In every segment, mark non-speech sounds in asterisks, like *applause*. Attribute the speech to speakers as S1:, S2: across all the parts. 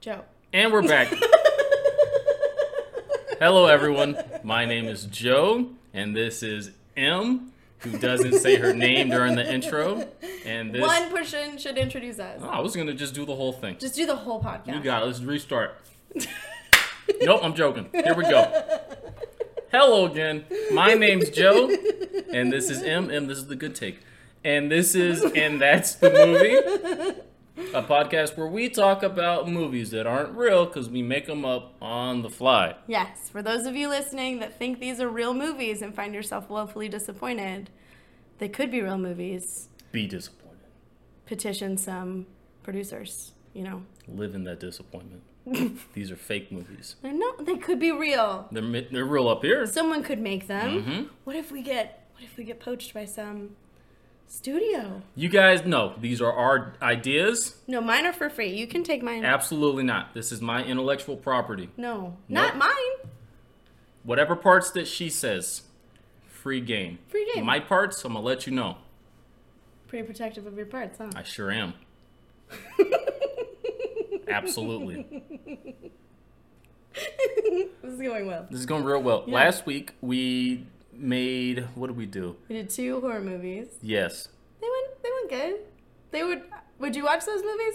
S1: Joe.
S2: And we're back. Hello, everyone. My name is Joe, and this is M, who doesn't say her name during the intro. And this.
S1: One person should introduce us.
S2: Oh, I was going to just do the whole thing.
S1: Just do the whole podcast.
S2: You got it. Let's restart. nope, I'm joking. Here we go. Hello again. My name's Joe, and this is M. M, this is the good take. And this is, and that's the movie. A podcast where we talk about movies that aren't real because we make them up on the fly.
S1: Yes, for those of you listening that think these are real movies and find yourself woefully disappointed, they could be real movies.
S2: Be disappointed.
S1: Petition some producers, you know.
S2: Live in that disappointment. These are fake movies.
S1: They're not, they could be real.
S2: They're, mi- they're real up here.
S1: Someone could make them.
S2: Mm-hmm.
S1: What if we get what if we get poached by some studio?
S2: You guys know these are our ideas.
S1: No, mine are for free. You can take mine.
S2: Absolutely not. This is my intellectual property.
S1: no, not mine.
S2: Whatever parts that she says, free game.
S1: Free game.
S2: My parts, I'm going to let you know.
S1: Pretty protective of your parts, huh?
S2: I sure am.
S1: *laughs*
S2: Absolutely.
S1: *laughs* this is going well.
S2: This is going real well. Last week, we made, what did we do?
S1: We did two horror movies.
S2: Yes.
S1: They went they went good. They would would you watch those movies?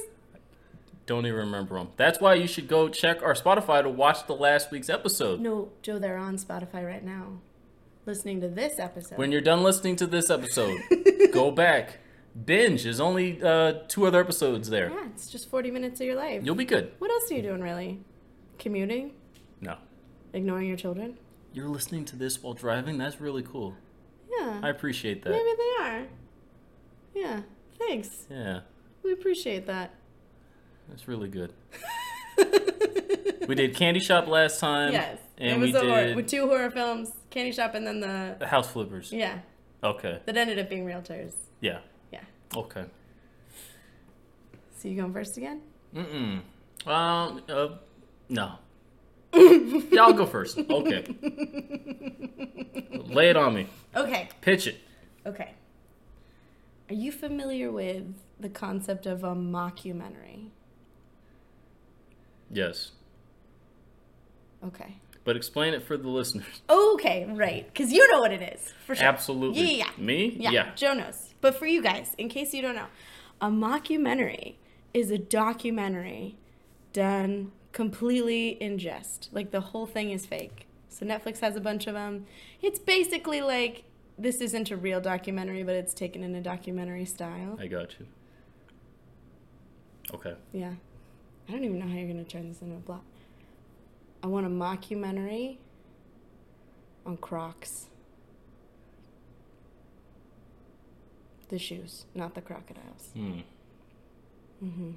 S2: Don't even remember them. That's why you should go check our Spotify to watch the last week's episode.
S1: No, Joe, they're on Spotify right now. Listening to this episode. *laughs*
S2: When you're done listening to this episode, go back. Binge. There's only uh, two other episodes there.
S1: yeah, it's just 40 minutes of your life.
S2: You'll be good.
S1: What else are you doing really? Commuting?
S2: No.
S1: Ignoring your children?
S2: You're listening to this while driving? That's really cool.
S1: Yeah.
S2: I appreciate that.
S1: Maybe they are. Yeah. Thanks.
S2: Yeah,
S1: We appreciate
S2: *laughs*
S1: that.
S2: that's really good. We did Candy Shop last time.
S1: yes.
S2: And
S1: it was
S2: we
S1: a
S2: did
S1: horror with two horror films, Candy Shop and then the
S2: House Flippers.
S1: Yeah.
S2: Okay.
S1: That ended up being realtors.
S2: Yeah.
S1: Yeah.
S2: Okay.
S1: So you going first again?
S2: Mm-mm. Um, uh,
S1: *laughs*
S2: no. Y'all go first. Okay. Lay it on me.
S1: Okay.
S2: Pitch it.
S1: Okay. Are you familiar with the concept of a mockumentary?
S2: Yes.
S1: Okay.
S2: But explain it for the listeners.
S1: Okay, right. Because you know what it is, for sure.
S2: Absolutely.
S1: Yeah, yeah,
S2: Me?
S1: yeah. Yeah, Joe knows. But for you guys, in case you don't know, a mockumentary is a documentary done completely in jest. Like the whole thing is fake. So Netflix has a bunch of them. It's basically like this isn't a real documentary, but it's taken in a documentary style.
S2: I got you. Okay.
S1: Yeah. I don't even know how you're going to turn this into a plot. I want a mockumentary on Crocs. The shoes, not the crocodiles. Mm-hmm.
S2: Hmm.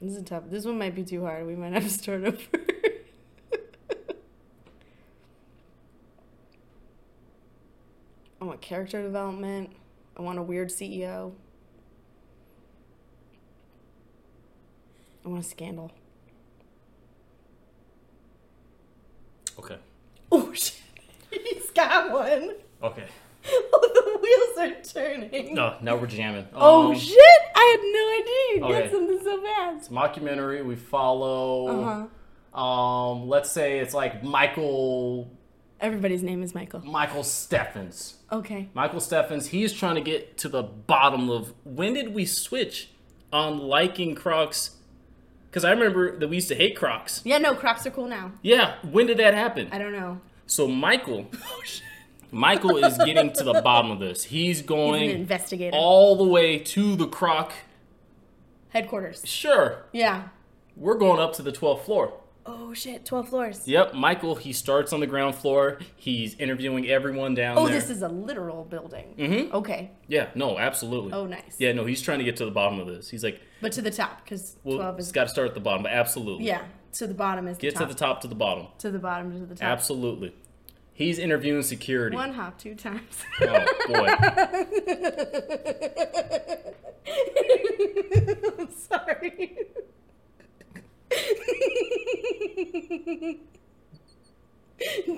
S1: This is a tough. This one might be too hard. We might have to start over. *laughs* I want character development. I want a weird E CEO. I want a scandal.
S2: Okay.
S1: Oh *laughs* shit! He's got one. *laughs*
S2: Okay.
S1: Oh, the wheels are turning.
S2: No, now we're jamming.
S1: Oh
S2: Um,
S1: shit! I had no idea. You
S2: okay.
S1: get something so fast.
S2: Mockumentary. We follow.
S1: Uh-huh.
S2: Um, let's say it's like Michael
S1: Everybody's name is Michael.
S2: Michael Steffens.
S1: Okay.
S2: Michael Steffens. He's trying to get to the bottom of when did we switch on liking Crocs? Because I remember that we used to hate Crocs.
S1: Yeah, no, Crocs are cool now.
S2: Yeah. When did that happen?
S1: I don't know.
S2: So
S1: *laughs*
S2: Michael, Michael is getting to the bottom of this. He's
S1: He's an
S2: going
S1: investigator.
S2: all the way to the Croc.
S1: Headquarters.
S2: Sure,
S1: Yeah.
S2: we're going up to the 12th floor.
S1: Oh shit, 12 floors.
S2: Yep, Michael, he starts on the ground floor. He's interviewing everyone down
S1: Oh,
S2: there.
S1: this is a literal building. Mm-hmm. Okay.
S2: yeah, no, absolutely.
S1: Oh, nice.
S2: Yeah, no, he's trying to get to the bottom of this. He's like,
S1: But to the top, because
S2: well,
S1: 12
S2: it's
S1: is.
S2: got to start at the bottom, but absolutely.
S1: yeah. To the bottom is
S2: Get
S1: the top.
S2: to the top to the bottom.
S1: To the bottom to the top.
S2: Absolutely. He's interviewing security.
S1: One hop, two times. *laughs*
S2: Oh, boy.
S1: I'm sorry.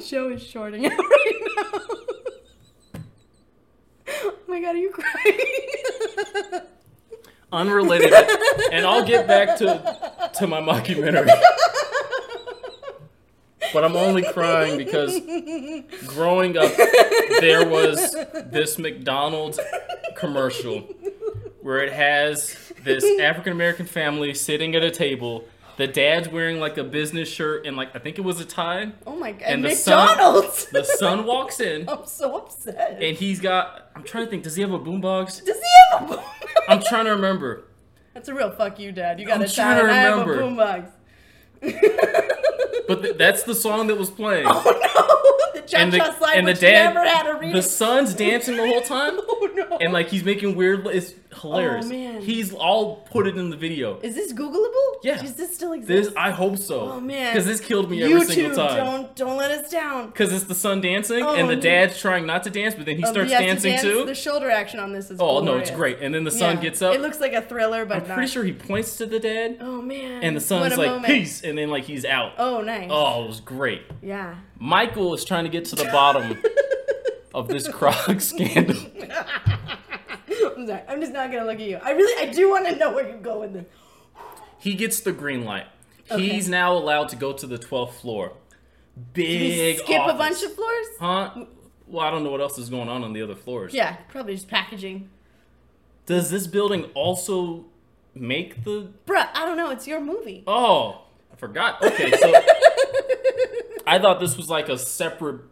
S1: Joe is shorting out *laughs* right now. oh my god, are you crying?
S2: Unrelated. and I'll get back to to my mockumentary. but I'm only crying because growing up, there was this McDonald's commercial where it has this African American family sitting at a table. The dad's wearing like a business shirt and like I think it was a tie.
S1: Oh my god.
S2: And the son-
S1: McDonald's.
S2: The son walks
S1: *laughs*
S2: in
S1: I'm so upset.
S2: and he's got. I'm trying to think. Does he have a boombox?
S1: Does he have a boombox?
S2: I'm trying to remember.
S1: That's a real fuck you, Dad. You got
S2: I'm
S1: a
S2: trying
S1: child.
S2: to
S1: I have a boombox.
S2: remember. But th- that's the song that was playing.
S1: *laughs* oh no, the cha
S2: and the,
S1: cha slide
S2: and the
S1: which
S2: dad,
S1: never had a reading.
S2: the son's dancing the whole time,
S1: *laughs* oh no.
S2: and like he's making weird. It's hilarious.
S1: Oh, man.
S2: He's all put it in the video.
S1: is this Googleable?
S2: Yeah.
S1: Does this still exist?
S2: This I hope so.
S1: Oh, man.
S2: because this killed me every
S1: YouTube,
S2: single time.
S1: don't don't let us down.
S2: Because it's the son dancing
S1: Oh,
S2: and the
S1: no.
S2: dad's trying not to dance, but then he
S1: Um,
S2: starts
S1: yes, to
S2: dancing
S1: dance,
S2: too.
S1: The shoulder action on this is.
S2: oh no,
S1: glorious.
S2: it's great. And then the son
S1: Yeah.
S2: gets up.
S1: It looks like a thriller, but
S2: I'm
S1: not.
S2: pretty sure he points to the dad,
S1: Oh man.
S2: and the
S1: What
S2: son's
S1: a
S2: like
S1: moment.
S2: peace, and then like he's out.
S1: Oh nice.
S2: Oh, it was great.
S1: Yeah. *laughs*
S2: Michael is trying to get to the bottom
S1: *laughs*
S2: of this Crocs scandal.
S1: I'm sorry. I'm just not gonna look at you. I really, I do want to know where you go with this.
S2: He gets the green light.
S1: Okay.
S2: He's now allowed to go to the 12th floor. Big
S1: You skip a
S2: office.
S1: bunch of floors.
S2: huh? Well, I don't know what else is going on on the other floors.
S1: Yeah, probably just packaging.
S2: Does this building also make the
S1: Bruh, I don't know. It's your movie.
S2: Oh, I forgot. Okay, so
S1: *laughs*
S2: I thought this was like a separate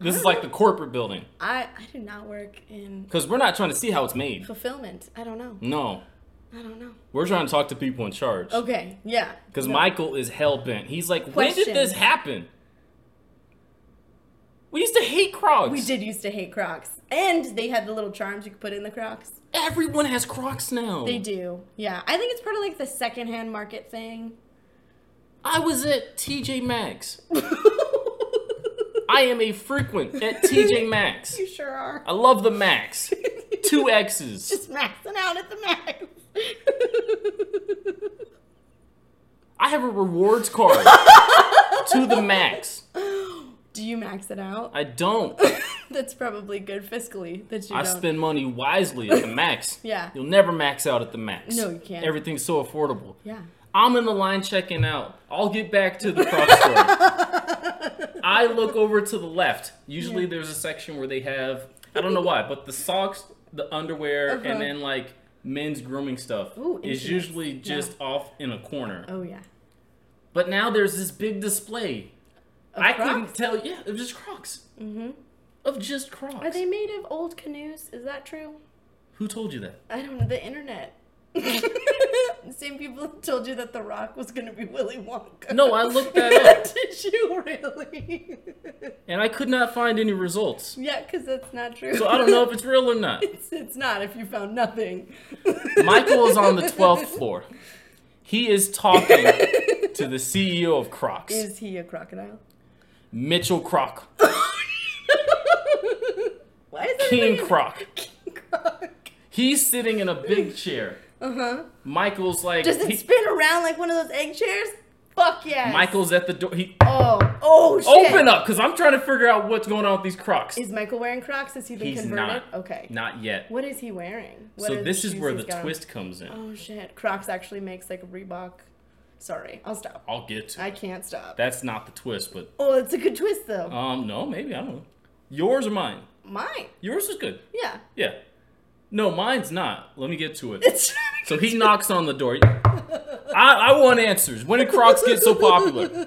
S2: this is like the corporate building
S1: I I do not work in
S2: cuz we're not trying to see how it's made.
S1: fulfillment. I don't know.
S2: No.
S1: I don't know.
S2: We're trying to talk to people in charge.
S1: Okay. Yeah.
S2: Because
S1: No.
S2: Michael is hell bent. He's like, when
S1: Question.
S2: did this happen? We used to hate Crocs.
S1: We did used to hate Crocs, and they had the little charms you could put in the Crocs.
S2: Hmm. Everyone has Crocs now.
S1: They do. Yeah, I think it's part of like the secondhand market thing.
S2: I was at TJ Maxx. *laughs* I am a frequent at TJ
S1: *laughs*
S2: Maxx.
S1: you sure are. *laughs*
S2: I love the Max. Two X's.
S1: Just maxing out at the
S2: *laughs*
S1: max.
S2: I have a
S1: *laughs*
S2: rewards card to the Max.
S1: do you max it out?
S2: I don't.
S1: That's probably good fiscally that you
S2: I
S1: don't.
S2: spend money wisely at the Max.
S1: Yeah.
S2: You'll never max out at the Max.
S1: No, you can't.
S2: Everything's so affordable.
S1: yeah.
S2: I'm in the line checking out. I'll get back to the cross store.
S1: *laughs*
S2: I look over to the left. Usually
S1: Yeah.
S2: there's a section where they have I don't know why, but the socks, the underwear,
S1: Uh-huh.
S2: and then like men's grooming stuff
S1: Ooh,
S2: is
S1: intimates.
S2: usually
S1: Yeah.
S2: just off in a corner.
S1: Oh yeah.
S2: But now there's this big display.
S1: Of
S2: I
S1: Crocs?
S2: couldn't tell. Yeah, it was just Crocs. Mm-hmm. Of just Crocs.
S1: Are they made of old canoes? Is that true?
S2: Who told you that?
S1: I don't know. The
S2: *laughs*
S1: internet. The Same people that told you that The Rock was gonna be Willy Wonka.
S2: No, I
S1: *laughs*
S2: looked that up
S1: Did you really? *laughs*
S2: and I could not find any results.
S1: yeah, because that's not true.
S2: So I don't know if it's real or
S1: *laughs*
S2: not.
S1: it's, it's not if you found nothing.
S2: *laughs* Michael is on the 12th floor. He is talking to the CEO of
S1: *laughs*
S2: Crocs,
S1: Is he a crocodile? *laughs*
S2: Mitchell Croc,
S1: Why is
S2: King
S1: everybody-
S2: Croc.
S1: *laughs* King Croc?
S2: He's sitting in a big chair.
S1: Uh huh.
S2: Michael's like,
S1: Does it
S2: he-
S1: spin around like one of those egg chairs? Fuck yes.
S2: Michael's at the door. He
S1: Oh. Oh shit.
S2: open up, cause I'm trying to figure out what's going on with these Crocs.
S1: Is Michael wearing Crocs? Has he been
S2: He's
S1: converted?
S2: not.
S1: Okay.
S2: Not yet.
S1: What is he wearing? What
S2: So
S1: are
S2: this
S1: the
S2: is
S1: shoes
S2: where
S1: he's
S2: the
S1: got on?
S2: twist comes in.
S1: Oh shit! Crocs actually makes like a Reebok. Sorry, I'll stop.
S2: I'll get to. it.
S1: I can't stop.
S2: That's not the twist, but
S1: oh, it's a good twist though.
S2: um, no, maybe I don't know. Yours or mine?
S1: Mine,
S2: Yours is good.
S1: yeah. *laughs*
S2: Yeah. No, mine's not. Let me get to it.
S1: It's
S2: So he knocks on the door. I, I want answers. When did Crocs get so popular?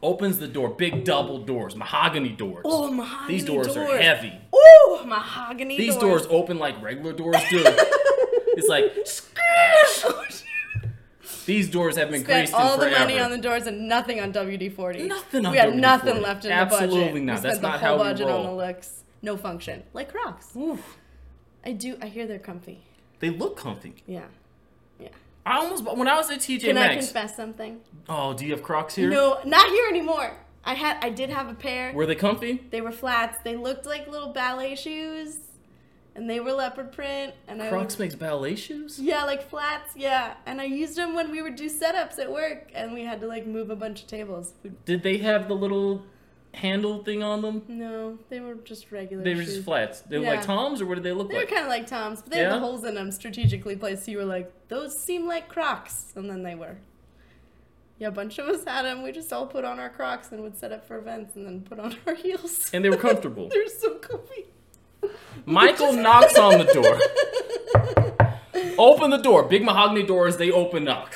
S2: Opens the door. Big double doors, mahogany doors.
S1: oh mahogany
S2: These doors, are heavy.
S1: Oh mahogany.
S2: These doors.
S1: *laughs* doors.
S2: open like regular doors
S1: *laughs*
S2: do. it's like
S1: Oh, shit.
S2: these doors have been
S1: Spent
S2: greased in
S1: all the
S2: forever.
S1: money on the doors and nothing on WD forty.
S2: Nothing on
S1: We have
S2: WD-40.
S1: nothing left in the budget.
S2: Absolutely not.
S1: We
S2: That's
S1: spent the
S2: not
S1: whole
S2: how we
S1: budget on
S2: roll.
S1: the looks. No function, like Crocs.
S2: Oof.
S1: I do. I hear they're comfy.
S2: They look comfy.
S1: Yeah, yeah.
S2: I almost when I was at TJ
S1: Can I
S2: Maxx.
S1: confess something?
S2: oh, do you have Crocs here?
S1: No, not here anymore. I had I did have a pair.
S2: Were they comfy?
S1: they were flats. They looked like little ballet shoes, and they were leopard print. And I
S2: Crocs
S1: would-
S2: makes ballet shoes.
S1: yeah, like flats. Yeah, and I used them when we would do setups at work, and we had to like move a bunch of tables. We-
S2: Did they have the little handle thing on them?
S1: no, they were just regular.
S2: They were just
S1: shoes.
S2: flats. They were
S1: Yeah.
S2: like Toms, or what did they look
S1: They were
S2: like?
S1: kind of like Toms, but they had the
S2: Yeah?
S1: holes in them strategically placed. So you were like, those seem like Crocs, and then they were. Yeah, a bunch of us had them. We just all put on our Crocs and would set up for events and then put on *laughs* our heels.
S2: And they were comfortable.
S1: They're so comfy.
S2: Michael knocks
S1: *laughs*
S2: on the door. Open the door. Big mahogany doors, they open up.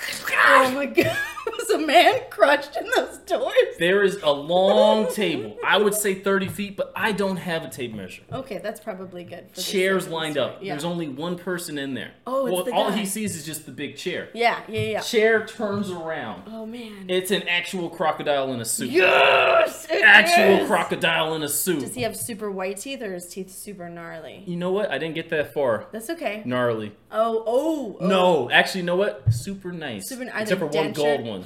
S1: Oh my god, *laughs* was a man crushed in those doors?
S2: There is a long table. I would say 30 feet, but I don't have a tape measure.
S1: Okay, that's probably good. For this
S2: Chairs
S1: sentence,
S2: lined
S1: right?
S2: up.
S1: Yeah.
S2: There's only one person in there.
S1: Oh, it's
S2: well,
S1: the
S2: all
S1: guy.
S2: he sees is just the big chair.
S1: yeah, yeah, yeah.
S2: Chair turns around.
S1: Oh man.
S2: It's an actual crocodile in a suit.
S1: yes. it
S2: Actual
S1: is!
S2: crocodile in a suit.
S1: Does he have super white teeth or his teeth super gnarly?
S2: you know what? I didn't get that far.
S1: That's okay.
S2: Gnarly.
S1: Oh, oh, oh.
S2: No, actually, you know what? Super nice.
S1: Super- are
S2: Except
S1: they
S2: for one
S1: dentured?
S2: gold one.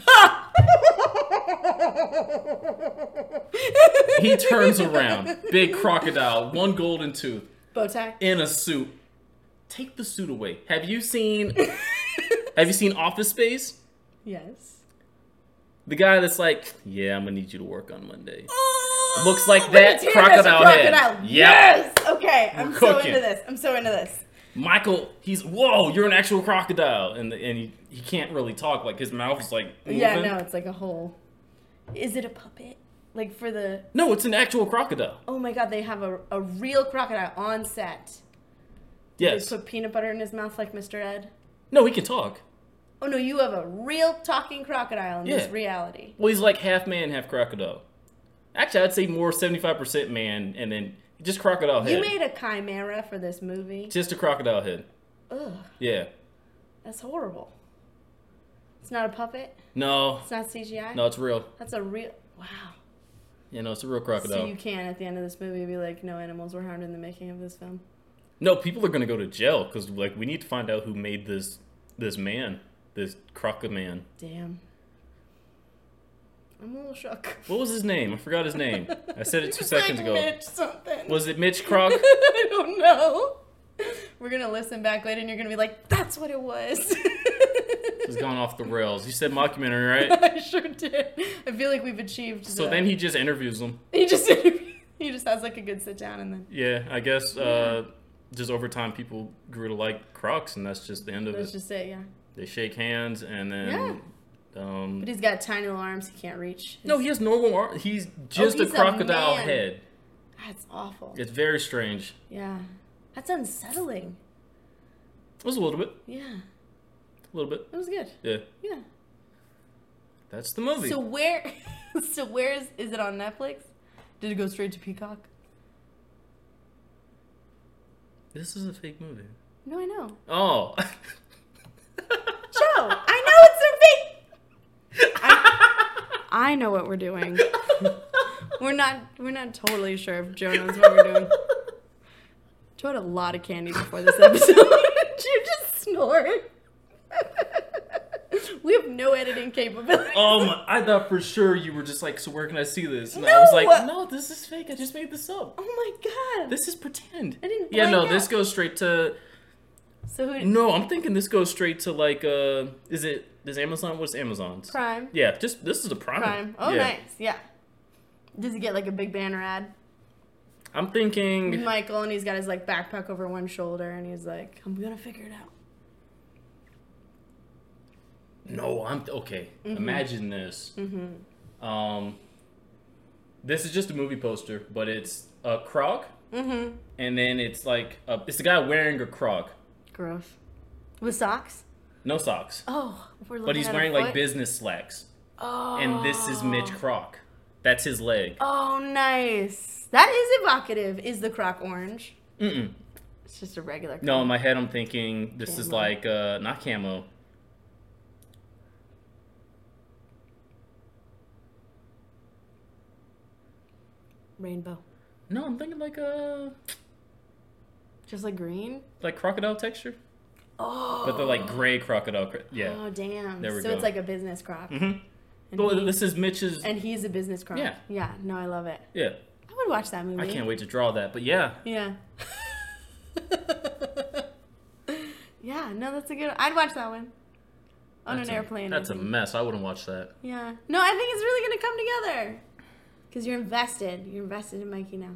S2: he turns around. Big crocodile, one golden tooth,
S1: Bow tie.
S2: in a suit. Take the suit away. Have you seen have you seen Office Space?
S1: *laughs* yes.
S2: The guy that's like, Yeah, I'm gonna need you to work on Monday. Looks like that
S1: It's here, there's a
S2: crocodile,
S1: crocodile.
S2: head. Yeah.
S1: Yes. Okay, I'm
S2: We're
S1: so
S2: cooking.
S1: into this. I'm so into this.
S2: Michael, he's whoa, you're an actual crocodile. And the, and he, he can't really talk, like his mouth is like
S1: Yeah,
S2: moving.
S1: no, it's like a whole. Is it a puppet? Like for the
S2: No, it's an actual crocodile.
S1: oh my god, they have a, a real crocodile on set.
S2: Yes.
S1: They put peanut butter in his mouth like Mr. Ed.
S2: No, he can talk.
S1: Oh no, you have a real talking crocodile in this
S2: Yeah.
S1: reality.
S2: Well, he's like half man, half crocodile. Actually, I'd say more 75% man and then just crocodile head.
S1: You made a chimera for this movie.
S2: just a crocodile head.
S1: Ugh,
S2: Yeah.
S1: that's horrible. It's not a puppet.
S2: No.
S1: It's not CGI.
S2: No, it's real.
S1: That's a real wow.
S2: You know, it's a real crocodile.
S1: So you can at the end of this movie be like, no animals were harmed in the making of this film.
S2: No, people are going to go to jail cuz like we need to find out who made this this man, this crocoman.
S1: Damn. I'm a little shook.
S2: What was his name? I forgot his name. I said it 2
S1: *laughs* It's
S2: seconds
S1: like
S2: ago.
S1: Mitch something.
S2: Was it Mitch
S1: *laughs*
S2: Croc?
S1: I don't know. We're gonna listen back later, and you're gonna be like, "That's what it was."
S2: He's gone off the rails. You said mockumentary, right?
S1: *laughs* I sure did. I feel like we've achieved.
S2: So
S1: the-
S2: then he just interviews him.
S1: *laughs* he just he just has like a good sit down, and then
S2: Yeah, I guess uh, just over time people grew to like Crocs, and that's just the end of
S1: that's
S2: it.
S1: just it. Yeah,
S2: They shake hands, and then um,
S1: but he's got tiny little arms; he can't reach.
S2: no, he has normal arm. He's just
S1: Oh, he's
S2: a
S1: a
S2: crocodile
S1: man.
S2: head.
S1: that's awful.
S2: It's very strange.
S1: Yeah, that's unsettling.
S2: It was a little bit,
S1: Yeah,
S2: a little bit.
S1: it was good.
S2: Yeah,
S1: Yeah.
S2: that's the movie.
S1: So where, *laughs* so where is is it on Netflix? Did it go straight to Peacock?
S2: this is a fake movie.
S1: No, I
S2: *laughs*
S1: know.
S2: Oh,
S1: Joe,
S2: *laughs*
S1: I know it's a fake. I, I know what we're doing. We're not. We're not totally sure if Joe knows what we're doing. Joe had a lot of candy before this episode. *laughs* Did you just snort? we have no editing capability.
S2: Oh my! I thought for sure you were just like, so where can I see this? And I was like,
S1: No!
S2: no, this is fake. I just made this up.
S1: Oh my god.
S2: This is pretend.
S1: I didn't
S2: Yeah,
S1: find
S2: no, this
S1: out.
S2: goes straight to
S1: so who?
S2: No, I'm thinking this goes straight to like uh is it is Amazon what's Amazon's?
S1: Prime.
S2: Yeah, just this is a prime.
S1: Prime. Oh,
S2: yeah.
S1: nice. Yeah. Does he get like a big banner ad?
S2: I'm thinking
S1: Michael, and he's got his like backpack over one shoulder, and he's like, "I'm gonna figure it out."
S2: No, I'm okay.
S1: Mm-hmm.
S2: Imagine this. Um this is just a movie poster, but it's a croc
S1: Mm-hmm.
S2: and then it's like a, it's a guy wearing a croc.
S1: Gross. With socks?
S2: No socks.
S1: Oh, we're looking
S2: But he's
S1: at a
S2: wearing
S1: foot?
S2: like business slacks.
S1: Oh.
S2: And this is Mitch Croc. That's his leg.
S1: Oh, nice. That is evocative. Is the croc orange?
S2: Mm-mm.
S1: It's just a regular.
S2: No, in my head I'm thinking this is
S1: Camo.
S2: like uh not camo.
S1: Rainbow.
S2: No, I'm thinking like uh
S1: Just like green.
S2: like crocodile texture,
S1: Oh.
S2: but they're like gray crocodile. Cr- yeah.
S1: Oh damn.
S2: There we
S1: so
S2: go.
S1: it's like a business croc.
S2: Mhm.
S1: And,
S2: Well,
S1: he-
S2: this is Mitch's.
S1: and he's a business croc.
S2: Yeah.
S1: Yeah. No, I love it.
S2: Yeah,
S1: I would watch that movie.
S2: I can't wait to draw that. But yeah,
S1: Yeah. *laughs* yeah. No, that's a good. I'd watch that one. On
S2: that's
S1: an
S2: a-
S1: airplane.
S2: That's
S1: I
S2: a
S1: think.
S2: mess. I wouldn't watch that.
S1: Yeah. No, I think it's really gonna come together. Cause you're invested. You're invested in Mikey now.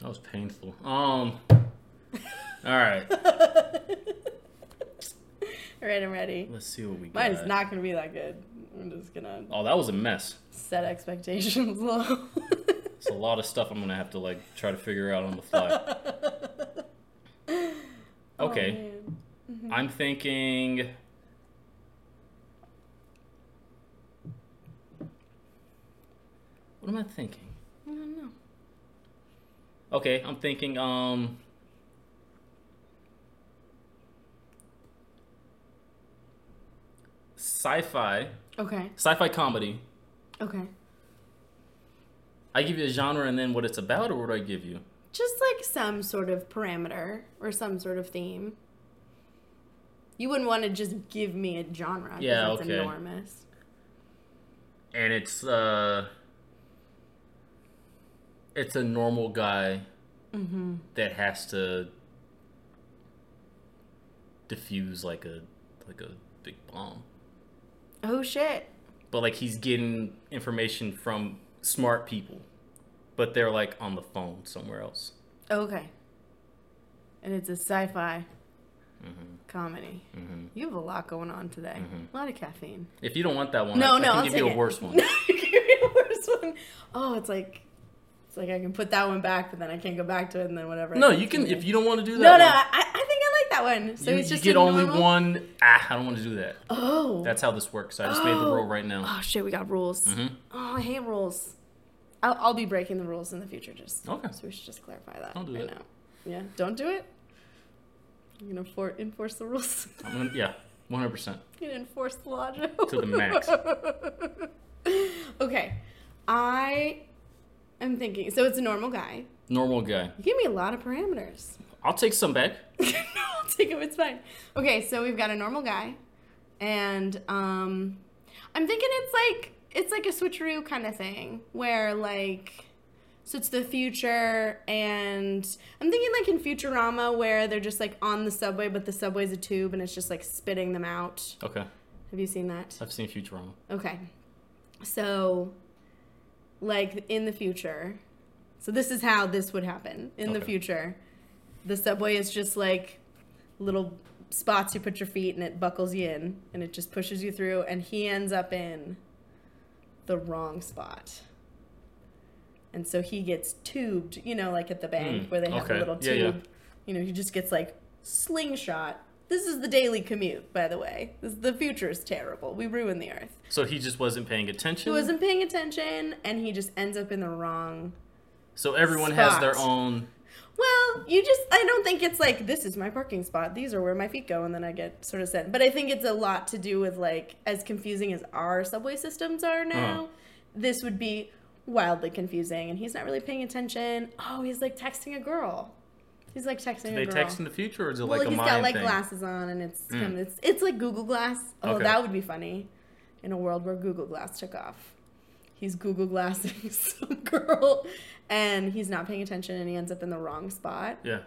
S2: That was
S1: *laughs*
S2: painful. Um. All right.
S1: All right, I'm ready.
S2: Let's see what we got.
S1: Mine is not gonna be that good. I'm just gonna
S2: Oh, that was a mess.
S1: set expectations *laughs* low.
S2: It's a lot of stuff I'm gonna have to like try to figure out on
S1: *laughs*
S2: the fly.
S1: Oh,
S2: Okay,
S1: man.
S2: I'm thinking. What am I thinking?
S1: I don't know.
S2: Okay, I'm thinking. Um. Sci-fi,
S1: Okay.
S2: sci-fi comedy.
S1: Okay.
S2: I give you a genre and then what it's about, or what do I give you?
S1: Just like some sort of parameter or some sort of theme. You wouldn't want to just give me a genre. 'cause
S2: Yeah,
S1: That's
S2: okay.
S1: enormous.
S2: and it's uh it's a normal guy
S1: Mm-hmm.
S2: that has to diffuse like a like a big bomb
S1: Oh shit.
S2: but like he's getting information from smart people but they're like on the phone somewhere else
S1: Okay. And it's a sci-fi
S2: Mm-hmm.
S1: comedy. You have a lot going on today. A lot of caffeine.
S2: if you don't want that one
S1: No,
S2: I, Mm-hmm. I
S1: no,
S2: can
S1: I'll
S2: give
S1: take
S2: you a
S1: it. *laughs*
S2: worse one
S1: No, you gave me a worse one. Oh, it's like it's like I can put that one back, but then I can't go back to it, and then whatever. I
S2: no
S1: can
S2: you can
S1: do.
S2: if you don't want to do that
S1: No,
S2: one,
S1: no, I, I think I like that one. So
S2: you,
S1: it's
S2: you
S1: just
S2: get
S1: a
S2: only
S1: normal-
S2: one ah i don't want to do that Mm.
S1: Oh.
S2: that's how this works i just made the
S1: Oh.
S2: rule right now Mm-hmm.
S1: oh shit, we got rules. Oh, I hate rules. I'll, I'll be breaking the rules in the future. Just
S2: Okay.
S1: So we should just clarify that.
S2: Don't do
S1: right
S2: it.
S1: Now. Yeah, don't do it. You're gonna for- enforce the rules. *laughs*
S2: I'm gonna, yeah 100%
S1: You can enforce the law to
S2: the max.
S1: *laughs* okay, I am thinking. So it's a normal guy.
S2: normal guy
S1: You give me a lot of parameters. *laughs*
S2: I'll take some back.
S1: no, I'll take him. It's fine. Okay, so we've got a normal guy, and um, I'm thinking it's like it's like a switcheroo kind of thing where like. So it's the future, and I'm thinking like in Futurama where they're just like on the subway, but the subway's a tube and it's just like spitting them out.
S2: Okay,
S1: Have you seen that?
S2: I've seen Futurama.
S1: Okay. So, like in the future, so this is how this would happen in the
S2: Okay.
S1: future. The subway is just like little spots you put your feet and it buckles you in and it just pushes you through, and he ends up in the wrong spot. And so he gets tubed, you know, like at the bank
S2: Mm,
S1: where they have a
S2: okay.
S1: little
S2: Yeah,
S1: tube.
S2: yeah.
S1: You know, he just gets like slingshot. This is the daily commute, by the way. This, the future is terrible. We ruin the earth.
S2: So he just wasn't paying attention.
S1: He wasn't paying attention, and he just ends up in the wrong.
S2: so everyone has their
S1: Spot.
S2: own.
S1: Well, you just, I don't think it's like, this is my parking spot, these are where my feet go, and then I get sort of sent. But I think it's a lot to do with like, as confusing as our subway systems are now,
S2: Uh-huh.
S1: this would be wildly confusing, and he's not really paying attention. Oh, he's like texting a girl. He's like texting
S2: They
S1: a girl.
S2: text in the future, or is it
S1: well,
S2: like a
S1: he's
S2: Mayan
S1: got like
S2: thing? Hmm.
S1: glasses on, and it's, kind of, it's it's like Google Glass. Oh,
S2: Okay.
S1: that would be funny, in a world where Google Glass took off. He's Google glassing *laughs* some girl, and he's not paying attention, and he ends up in the wrong spot,
S2: Yeah.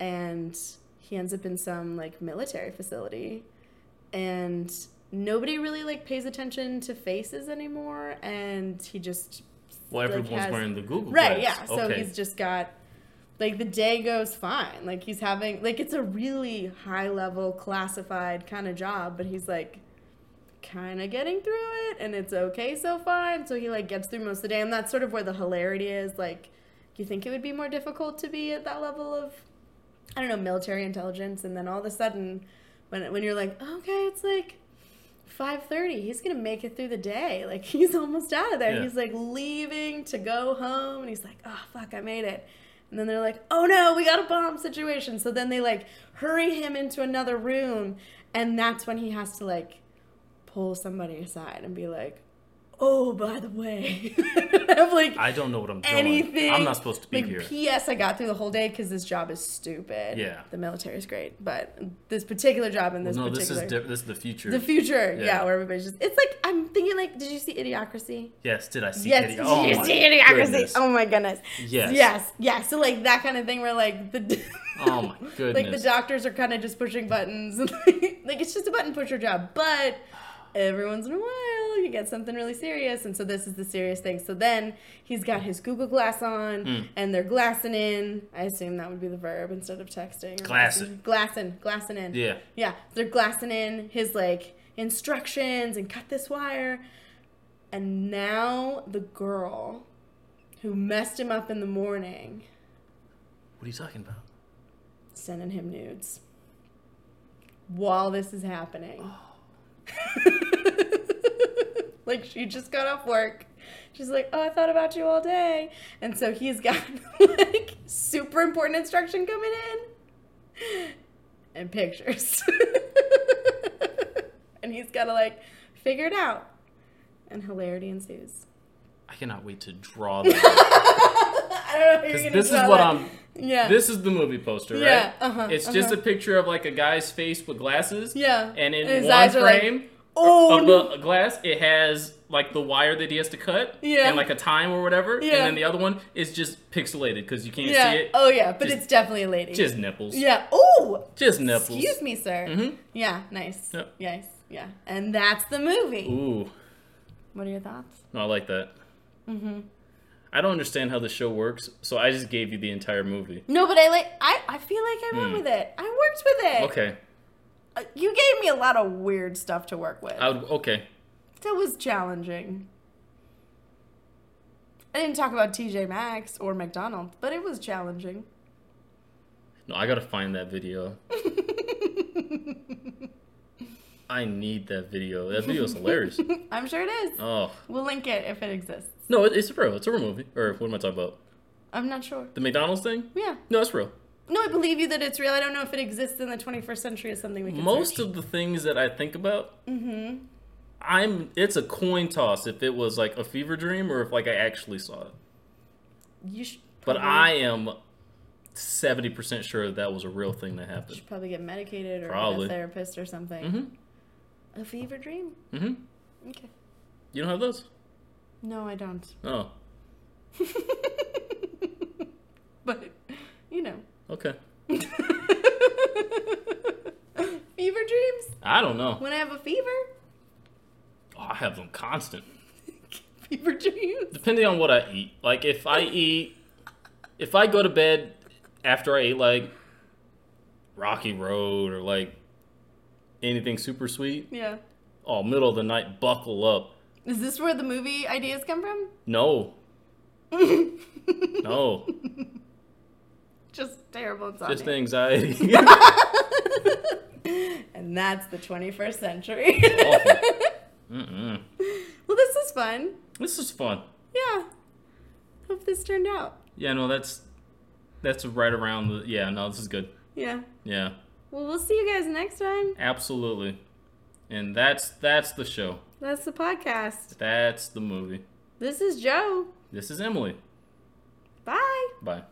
S1: and he ends up in some like military facility, and nobody really like pays attention to faces anymore, and he just
S2: Well, everyone's
S1: has-
S2: wearing the Google.
S1: Right,
S2: Glass.
S1: yeah. So
S2: okay.
S1: he's just got like the day goes fine. Like he's having like it's a really high level classified kind of job, but he's like kind of getting through it and it's okay so far. And so he like gets through most of the day and that's sort of where the hilarity is like you think it would be more difficult to be at that level of I don't know, military intelligence and then all of a sudden when when you're like, "Okay, it's like 5:30. He's going to make it through the day. *laughs* Like he's almost out of there.
S2: Yeah.
S1: He's like leaving to go home and he's like, "Oh, fuck, I made it." And then they're like, "Oh no, we got a bomb situation." So then they like hurry him into another room and that's when he has to like pull somebody aside and be like, "Oh, by the way." *laughs* I'm like
S2: I don't know what I'm doing.
S1: anything.
S2: I'm not supposed to be
S1: like,
S2: here.
S1: P.S. I got through the whole day because this job is stupid.
S2: Yeah.
S1: the military is great, but this particular job in this
S2: no, this
S1: particular
S2: is di- this is the future.
S1: the future.
S2: Yeah.
S1: Yeah. where everybody's just it's like I'm thinking like, did you see Idiocracy?
S2: yes. Did I see?
S1: Yes,
S2: Eddie?
S1: did
S2: Oh
S1: you
S2: my
S1: see Idiocracy?
S2: goodness.
S1: Oh my goodness.
S2: Yes.
S1: yes, yes. So like that kind of thing where like the *laughs*
S2: Oh my
S1: like the
S2: goodness.
S1: doctors are kind of *laughs* just pushing buttons and like, like it's just a button pusher job, but every once in a while we could get something really serious. And so this is the serious thing. So then he's got his Google Glass on
S2: Hmm.
S1: and they're glassing in. I assume that would be the verb instead of texting. or
S2: Glassing.
S1: messaging. Glassing. Glassing in.
S2: Yeah.
S1: Yeah. They're glassing in his like instructions and cut this wire. And now the girl who messed him up in the morning
S2: What are you talking about?
S1: sending him nudes while this is happening. *laughs* like she just got off work. She's like, "Oh, I thought about you all day." And so he's got *laughs* like super important instruction coming in and pictures. *laughs* and he's got to like figure it out. And hilarity ensues.
S2: I cannot wait to draw that.
S1: *laughs* I don't know if you're
S2: 'Cause
S1: gonna
S2: this is
S1: draw
S2: what
S1: that.
S2: I'm.
S1: Yeah.
S2: This is the movie poster, right?
S1: Yeah, uh-huh,
S2: it's just a picture of like a guy's face with glasses.
S1: yeah.
S2: And in
S1: his
S2: one
S1: eyes are like,
S2: frame, uh,
S1: oh,
S2: of
S1: no."
S2: the glass, it has like the wire that he has to cut,
S1: Yeah.
S2: and like a time or whatever,
S1: Yeah.
S2: and then the other one is just pixelated because you can't
S1: Yeah.
S2: see it.
S1: Oh yeah, but
S2: Just-
S1: it's definitely a lady.
S2: Just nipples.
S1: yeah. Oh.
S2: Just nipples.
S1: Excuse me, sir.
S2: Mhm.
S1: Yeah. Nice.
S2: Yep.
S1: Yes. Yeah. And that's the movie.
S2: Ooh,
S1: What are your thoughts?
S2: no, I like that. Mm-hmm. I don't understand how the show works, so I just gave you the entire movie.
S1: No, but I like. I, I feel like I went with it. I worked with it.
S2: Hmm. Okay,
S1: Uh, You gave me a lot of weird stuff to work with.
S2: I would. Okay,
S1: that was challenging. I didn't talk about TJ Maxx or McDonald's, but it was challenging. *laughs*
S2: no, I gotta find that video. I need that video. That video is
S1: *laughs*
S2: hilarious.
S1: I'm sure it is.
S2: Oh
S1: We'll link it if it exists.
S2: no, it, it's real. It's a real movie. Or what am I talking about?
S1: I'm not sure.
S2: The McDonald's thing?
S1: Yeah.
S2: No, it's real.
S1: No, I believe you that it's real. I don't know if it exists in the 21st century is something we can
S2: most of the things that I think about, I'm it's a coin toss if it was like a fever dream or if like I actually saw it.
S1: you should
S2: But
S1: probably-
S2: I am seventy percent sure that was a real thing that happened.
S1: should probably get medicated or
S2: Probably.
S1: a therapist or something.
S2: hmm
S1: A fever dream?
S2: hmm
S1: Okay.
S2: You don't have those?
S1: No, I
S2: *laughs*
S1: don't.
S2: Oh,
S1: but you know. *laughs*
S2: okay.
S1: fever dreams?
S2: I don't know.
S1: When I have a fever? *laughs*
S2: Oh, I have them constant.
S1: Fever dreams.
S2: Depending on what I eat. Like if I eat, if I go to bed after I ate like Rocky Road or like anything super sweet,
S1: Yeah.
S2: oh middle of the night, buckle up.
S1: Is this where the movie ideas come from?
S2: No, *laughs* no,
S1: Just terrible insomnia.
S2: just anxiety. *laughs*
S1: *laughs* and that's the 21st century.
S2: Awful.
S1: *laughs*
S2: Mm-mm.
S1: well, this is fun.
S2: This is fun.
S1: Yeah. Hope this turned out.
S2: Yeah, no, that's that's right around the. Yeah, no, this is good.
S1: Yeah.
S2: Yeah,
S1: Well, we'll see you guys next time.
S2: absolutely. And that's that's the show.
S1: That's the podcast.
S2: That's the movie.
S1: This is Joe.
S2: This is Emily.
S1: Bye.
S2: Bye.